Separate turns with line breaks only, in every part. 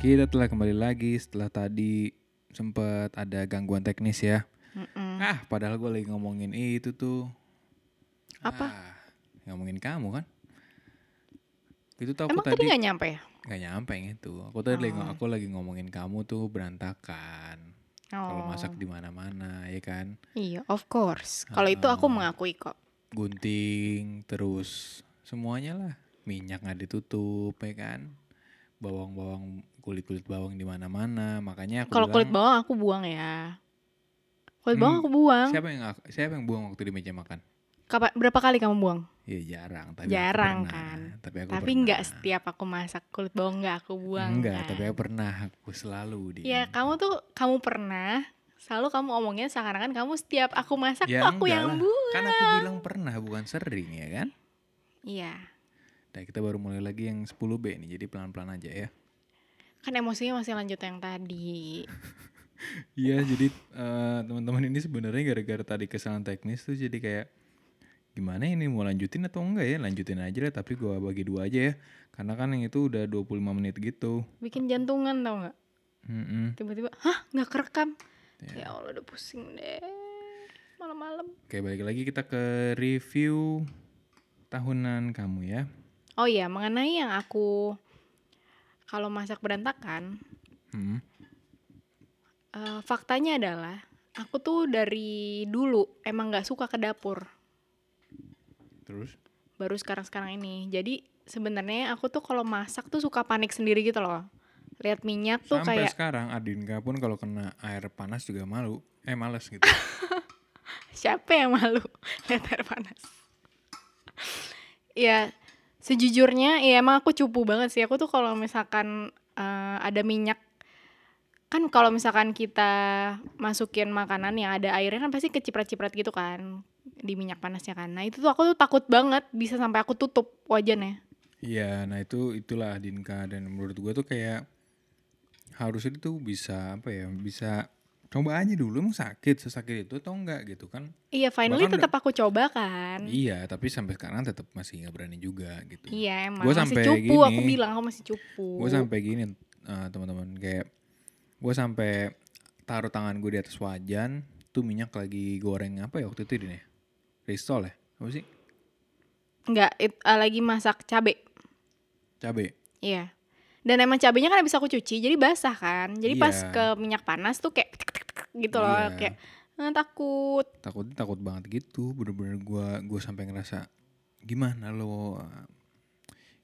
Kita telah kembali lagi setelah tadi sempat ada gangguan teknis ya.
Mm-mm.
Ah, padahal gue lagi ngomongin itu tuh.
Apa?
Ah, ngomongin kamu kan? Itu tuh aku
Emang tadi
tadi
nggak Oh. nyampe ya?
nggak nyampe yang itu. Aku tadi lagi ngo- aku lagi ngomongin kamu tuh berantakan. Kalau
Oh,
masak di mana-mana ya kan.
iya, of course. Kalau itu
Ah.
aku mengakui kok.
Gunting terus semuanya lah. Minyak nggak ditutup ya kan. Bawang-bawang kulit-kulit bawang di mana-mana. Makanya aku
Kalau
bilang,
kulit bawang aku buang ya. Kulit
Hmm,
bawang aku buang.
Siapa yang ngak- siapa yang buang waktu di meja makan?
Kapan, berapa kali kamu buang?
Ya jarang, tapi aku
Jarang
pernah.
kan.
Tapi aku
Tapi
pernah.
nggak setiap aku masak kulit bawang nggak aku buang.
Enggak,
kan?
tapi aku pernah, aku selalu di.
Ya kamu tuh kamu pernah selalu kamu omongnya seakan-akan kamu setiap aku masak
Ya,
tuh aku
enggak
yang
lah.
buang.
Kan aku bilang pernah, bukan sering ya kan?
Iya.
Nah, kita baru mulai lagi yang 10B nih, jadi pelan-pelan aja ya.
Kan emosinya masih lanjut yang tadi.
Iya, jadi eh, teman-teman ini sebenarnya gara-gara tadi kesalahan teknis tuh jadi kayak gimana ini mau lanjutin atau enggak ya? Lanjutin aja lah, tapi gua bagi dua aja ya. Karena kan yang itu udah 25 menit gitu.
Bikin jantungan tau nggak?
Mm-mm.
Tiba-tiba, hah nggak kerekam.
Iya.
Ya Allah udah pusing deh. Malam-malam.
Oke, balik lagi kita ke review tahunan kamu ya.
Oh iya, mengenai yang aku kalau masak berantakan,
Hmm.
eh, faktanya adalah aku tuh dari dulu emang nggak suka ke dapur,
Terus?
baru sekarang-sekarang ini. Jadi sebenarnya aku tuh kalau masak tuh suka panik sendiri gitu loh. Lihat minyak tuh
Sampai
kayak
sekarang Adinka pun kalau kena air panas juga malu. Eh, males gitu.
siapa yang malu lihat air panas. ya sejujurnya ya emang aku cupu banget sih. Aku tuh kalau misalkan eh, ada minyak kan kalau misalkan kita masukin makanan yang ada airnya kan pasti keciprat-ciprat gitu kan di minyak panasnya kan. Nah itu tuh aku tuh takut banget bisa sampai aku tutup wajannya.
Iya, nah itu itulah Adinka dan menurut gua tuh kayak harusnya itu bisa apa ya? Bisa coba aja dulu emang sakit sesakit itu atau enggak gitu kan?
Iya finally
Bahkan
tetap aku coba kan.
Iya, tapi sampai sekarang tetap masih nggak berani juga gitu.
Iya emang
Gua
masih
sampai
cupu aku
gini.
bilang aku masih cupu.
gue sampai gini eh, teman-teman kayak gue sampai taruh tangan gue di atas wajan tuh minyak lagi goreng apa ya waktu itu ini ya? Ristol ya apa sih
Enggak it- eh, lagi masak cabe.
cabe
Iya. Dan emang cabenya kan habis aku cuci, jadi basah kan. Jadi pas
Iya.
ke minyak panas tuh kayak tek, tek, tek gitu loh,
Iya.
kayak "Ah, takut.
takut takut banget gitu bener-bener gue gue sampai ngerasa gimana lo eh,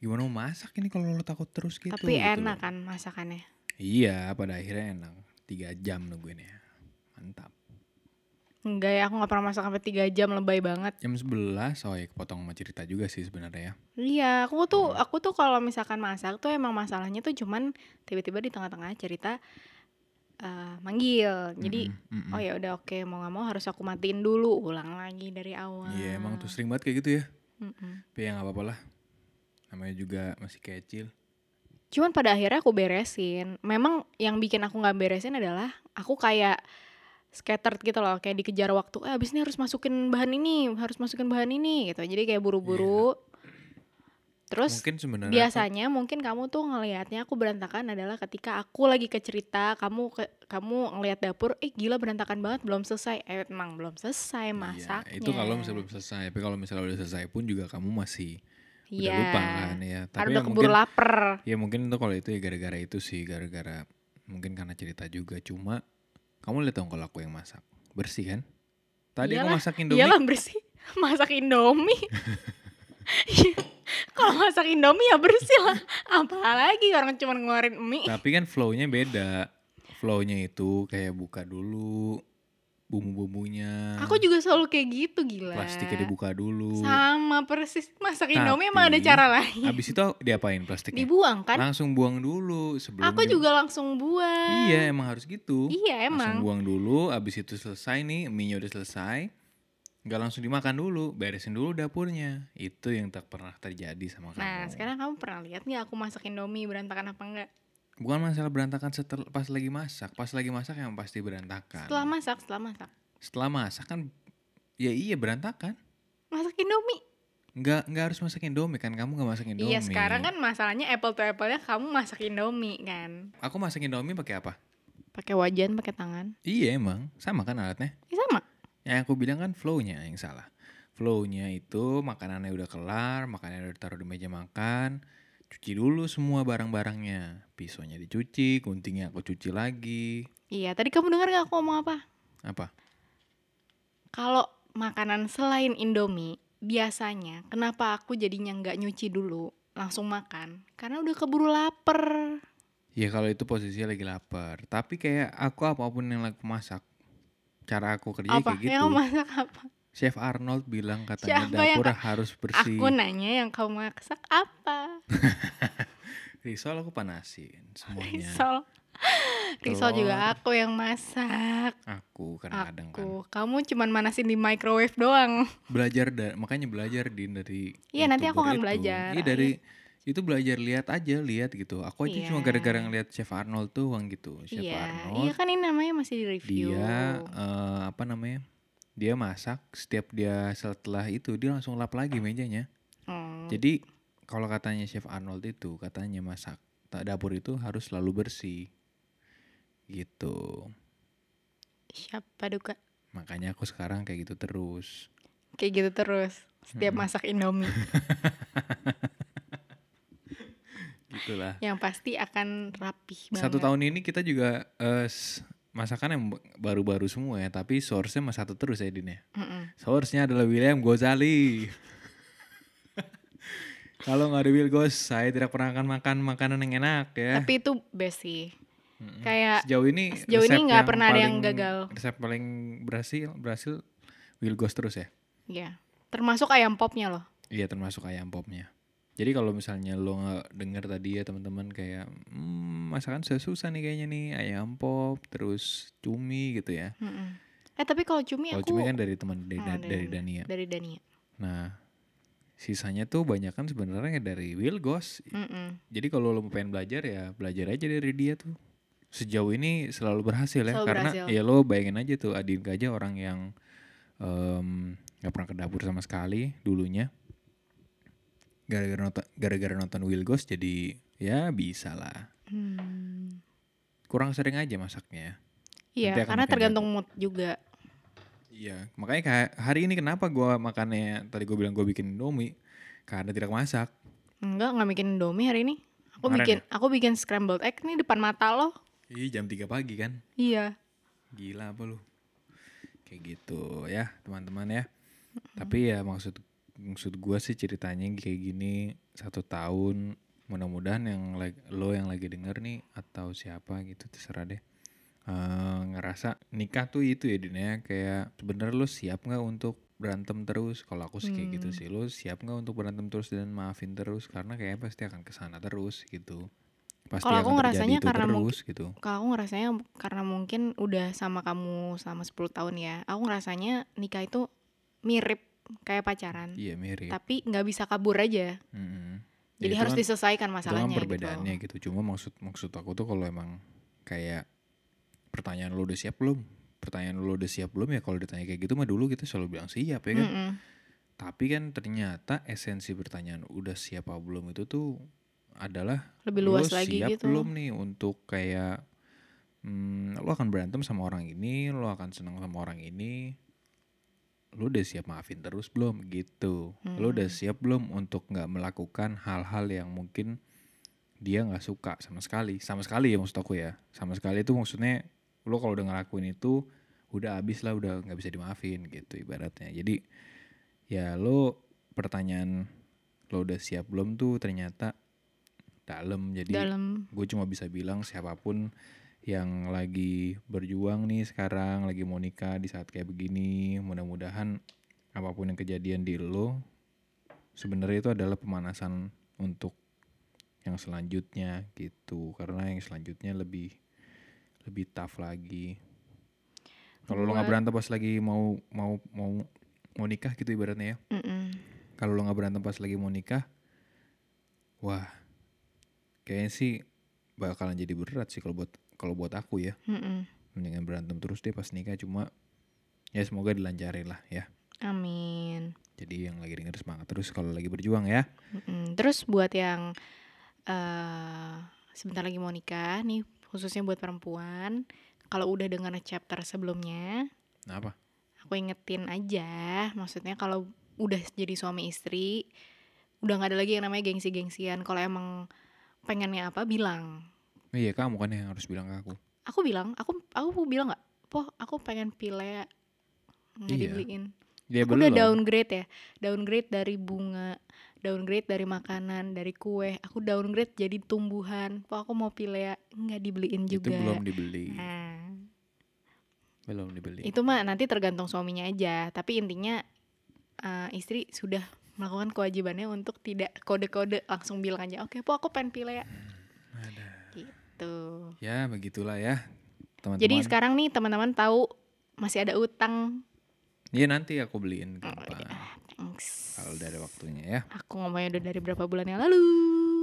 gimana mau masak ini kalau lo takut terus gitu
Tapi
gitu
enak
loh.
kan masakannya.
iya pada akhirnya enak tiga jam nungguin ya mantap
Enggak ya, aku nggak pernah masak sampai 3 jam lebay banget.
jam 11 oh ya kepotong sama cerita juga sih sebenarnya ya
Iya, aku tuh aku tuh kalau misalkan masak tuh emang masalahnya tuh cuman tiba-tiba di tengah-tengah cerita eh, manggil. Jadi
Mm-mm, mm-mm.
oh ya udah oke mau nggak mau harus aku matiin dulu, ulang lagi dari awal.
iya emang tuh sering banget kayak gitu ya
Mm-mm.
Tapi ya nggak apa-apa lah. Namanya juga masih kecil.
Cuman pada akhirnya aku beresin. Memang yang bikin aku nggak beresin adalah aku kayak scattered gitu loh, kayak dikejar waktu. Eh abis ini harus masukin bahan ini, harus masukin bahan ini gitu. Jadi kayak buru-buru.
Iya.
Terus
Mungkin sebenarnya tuh-
biasanya mungkin kamu tuh ngelihatnya aku berantakan adalah ketika aku lagi ke cerita, kamu ke, kamu ngelihat dapur, eh gila berantakan banget, belum selesai. Eh, emang belum
Iya,
selesai masaknya.
itu kalau misalnya belum selesai. Tapi kalau misalnya udah selesai pun juga kamu masih
Iya.
udah lupa kan ya.
Karena
Tapi ya
udah keburu
mungkin
lapar.
ya mungkin itu kalau itu ya gara-gara itu sih gara-gara mungkin karena cerita juga cuma kamu lihat dong kalau aku yang masak bersih kan tadi
Iyalah,
aku masak indomie
Iyalah bersih. Masak Indomie. Iya. Kalau masak Indomie ya bersih lah. Apalagi orang cuma ngeluarin mie.
tapi kan flow-nya beda flow-nya itu kayak buka dulu bumbu-bumbunya
Aku juga selalu kayak gitu gila.
plastiknya dibuka dulu
Sama persis. Masak
Tapi-
Indomie emang ada cara lain.
habis itu diapain plastiknya
Dibuang kan?
langsung buang dulu sebelum
Aku
di-
juga langsung buang.
iya emang harus gitu
Iya,
langsung
emang.
buang dulu abis itu selesai nih mie udah selesai nggak langsung dimakan dulu beresin dulu dapurnya itu yang tak pernah terjadi sama kamu
Nah, sekarang kamu pernah lihat nggak aku masak Indomie berantakan apa enggak?
bukan masalah berantakan setel- pas lagi masak pas lagi masak yang pasti berantakan
Setelah masak, setelah masak.
Setelah masak kan ya iya berantakan
Masak Indomie.
nggak nggak harus masak indomie kan kamu nggak masak indomie
Iya sekarang kan masalahnya apple to apple-nya kamu masak indomie kan.
aku masak indomie pakai apa
Pakai wajan, pakai tangan.
iya emang sama kan alatnya
Ya sama.
yang aku bilang kan flow-nya yang salah flow-nya itu makanannya udah kelar makanannya udah ditaruh di meja makan cuci dulu semua barang-barangnya pisaunya dicuci guntingnya aku cuci lagi
Iya, tadi kamu dengar gak aku ngomong apa?
apa
Kalau makanan selain Indomie, biasanya kenapa aku jadinya nggak nyuci dulu, langsung makan? Karena udah keburu lapar.
ya kalau itu posisinya lagi lapar tapi kayak aku apapun yang lagi masak cara aku kerja
apa?
kayak gitu
Yang masak apa?
Chef Arnold bilang katanya
Siapa yang-
dapur harus bersih.
Aku nanya yang kamu masak apa?
Risol aku panasin semuanya.
Risol. Risol juga
Telur.
aku yang masak.
Aku kadang-kadang kan
Aku, kamu cuman manasin di microwave doang.
belajar da- makanya belajar din dari
Iya, nanti
YouTuber
aku akan
itu.
belajar.
Iya dari itu belajar lihat aja lihat gitu. Aku aja cuma
Iya.
gara-gara ngeliat Chef Arnold doang gitu. Chef
Iya, iya
Arnold
kan ini namanya masih di review.
dia eh, apa namanya? Dia masak setiap dia setelah itu dia langsung lap lagi mejanya.
Hmm.
Jadi kalau katanya Chef Arnold itu katanya masak ta- dapur itu harus selalu bersih. Gitu.
Siapa duka?
Makanya aku sekarang kayak gitu terus.
Kayak gitu terus. Setiap
Hmm.
masak Indomie.
Gitulah.
yang pasti akan rapih banget.
Satu tahun ini kita juga eh, s- masakan yang b- baru-baru semua ya, tapi source-nya mah satu terus ya Din ya.
Mm-mm.
Source-nya adalah William Gozali. Kalau nggak ada Will Goz, saya tidak pernah akan makan makanan yang enak ya.
Tapi itu best sih.
Mm-mm.
Eh, Kayak
sejauh ini
sejauh ini
resep
nggak
yang
pernah ada yang
paling-
gagal.
Resep paling berhasil berhasil Will Goz terus ya.
ya, termasuk ayam popnya loh.
Iya termasuk ayam popnya. Jadi kalau misalnya lo nggak dengar tadi ya teman-teman kayak hmm, masakan susah susah nih kayaknya nih ayam pop terus cumi gitu ya.
Mm-mm. Eh tapi kalau cumi
Kalau
aku
cumi kan iya. dari teman dari,
Oh,
da-
dari-
dari Dania.
dari Dania.
Nah sisanya tuh banyak kan sebenarnya dari Wilgos.
Mm-mm.
Jadi kalau lo mau pengen belajar ya belajar aja dari dia tuh. Sejauh ini selalu berhasil ya
Selalu
karena
berhasil.
ya lo bayangin aja tuh Adinka aja orang yang em, nggak pernah ke dapur sama sekali dulunya. Gara-gara nonton gara-gara nonton Wilgos jadi ya bisa lah.
Hmm.
Kurang sering aja masaknya.
Iya,
Nanti akan
karena
makin
tergantung mood juga.
Iya, makanya kayak hari ini kenapa gua makannya tadi gue bilang gue bikin Indomie karena tidak masak.
Enggak, nggak bikin Indomie hari ini. Aku
Kemarin ya?
bikin aku bikin scrambled egg nih depan mata lo.
Ih, jam 3 pagi kan.
Iya.
Gila apa lu? Kayak gitu ya teman-teman ya. Tapi ya maksud maksud gue sih ceritanya kayak gini satu tahun mudah-mudahan yang lag- lo yang lagi denger nih atau siapa gitu terserah deh eh, ngerasa nikah tuh itu ya Din ya kayak sebenernya lo siap nggak untuk berantem terus kalau aku sih kayak gitu
Hmm.
sih lo siap nggak untuk berantem terus dan maafin terus karena kayaknya pasti akan kesana terus gitu pasti
Kalau
akan terjadi
aku ngerasanya
itu
karena mungkin-
terus gitu
Kalau aku ngerasanya karena mungkin udah sama kamu selama 10 tahun ya. Aku ngerasanya nikah itu mirip kayak pacaran.
iya mirip
Tapi nggak bisa kabur aja.
Mm-mm. Ya,
Jadi
itu
harus
kan-
diselesaikan
itu kan
masalahnya gitu.
perbedaannya gitu. Cuma maksud maksud aku tuh kalau emang kayak pertanyaan lu udah siap belum? Pertanyaan lu udah siap belum ya kalau ditanya kayak gitu mah dulu kita selalu bilang siap ya kan.
Mm-mm.
Tapi kan ternyata esensi pertanyaan udah siap apa belum itu tuh adalah
Lebih
lu
luas lagi
siap
gitu.
belum nih untuk kayak hmm, lu akan berantem sama orang ini, lu akan seneng sama orang ini. Lu udah siap maafin terus belum gitu. Lu udah
Hmm.
siap belum untuk nggak melakukan hal-hal yang mungkin dia nggak suka sama sekali. Sama sekali ya maksud aku ya. Sama sekali itu maksudnya lu kalau udah ngelakuin itu udah abis lah udah nggak bisa dimaafin gitu ibaratnya. Jadi ya lu pertanyaan lo udah siap belum tuh ternyata dalam jadi
Dalam
gue cuma bisa bilang siapapun yang lagi berjuang nih sekarang lagi mau nikah di saat kayak begini mudah-mudahan apapun yang kejadian di lo sebenarnya itu adalah pemanasan untuk yang selanjutnya gitu karena yang selanjutnya lebih lebih tough lagi kalau lo nggak
Buat-
berantem pas lagi mau mau mau mau nikah gitu ibaratnya ya
mm-mm.
kalau lo nggak berantem pas lagi mau nikah wah kayaknya sih bakalan jadi berat sih kalau buat kalau buat aku ya
Mm-mm.
mendingan berantem terus deh pas nikah cuma ya semoga dilancarin lah ya
Amin.
Jadi yang lagi denger semangat terus kalau lagi berjuang ya.
Mm-mm. Terus buat yang eh sebentar lagi mau nikah nih khususnya buat perempuan, kalau udah dengar chapter sebelumnya,
Nah, apa?
aku ingetin aja, maksudnya kalau udah jadi suami istri, udah nggak ada lagi yang namanya gengsi-gengsian. Kalau emang pengennya apa bilang.
Iya kamu kan yang harus bilang ke aku.
Aku bilang, aku aku bilang nggak, poh aku pengen pile nggak
Iya.
dibeliin.
Dia
Aku udah downgrade ya downgrade dari bunga downgrade dari makanan dari kue aku downgrade jadi tumbuhan kok aku mau pilea nggak dibeliin
Itu
juga
belum dibeli.
nah
Belum dibeli.
itu mah nanti tergantung suaminya aja tapi intinya eh, istri sudah melakukan kewajibannya untuk tidak kode-kode langsung bilang aja oke po aku pengen ya." pilea
Ada.
tuh
Ya begitulah ya teman-teman.
jadi sekarang nih teman-teman tahu masih ada utang
Iya nanti aku beliin
Oh,
gampang.
iya. Thanks.
Kalau udah ada waktunya ya.
aku ngomongnya udah dari berapa bulan yang lalu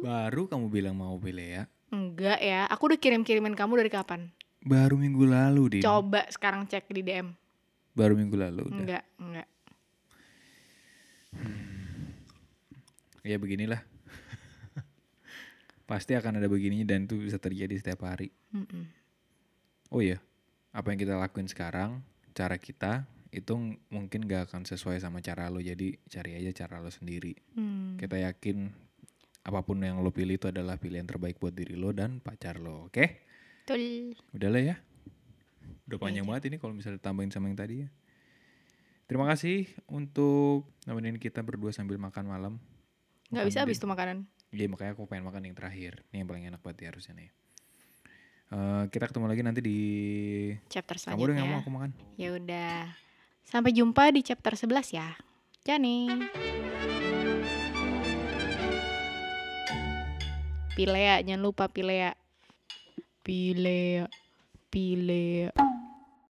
Baru kamu bilang mau pilih ya.
Enggak ya, aku udah kirim-kirimin kamu dari kapan?
Baru minggu lalu, Din.
Coba sekarang cek di DM.
Baru minggu lalu udah.
Enggak, enggak.
Ya beginilah. Pasti akan ada begininya dan itu bisa terjadi setiap hari.
Mm-mm.
Oh iya. Apa yang kita lakuin sekarang, cara kita itu ng- mungkin gak akan sesuai sama cara lo. Jadi cari aja cara lo sendiri.
Hmm.
Kita yakin apapun yang lo pilih itu adalah pilihan terbaik buat diri lo dan pacar lo, oke?
Betul.
Udahlah ya. Udah panjang banget ini kalau misalnya ditambahin sama yang tadi ya. Terima kasih untuk nemenin kita berdua sambil makan malam.
Enggak
Makan
bisa habis tuh makanan.
Iya makanya aku pengen makan yang terakhir. Ini yang paling enak buat dia harusnya nih. Eh, kita ketemu lagi nanti di...
Chapter
Kamu udah nggak mau
selanjutnya.
aku makan?
Ya udah. Sampai jumpa di chapter 11 ya. Jani. Pilea, jangan lupa Pilea. Pilea. Pilea.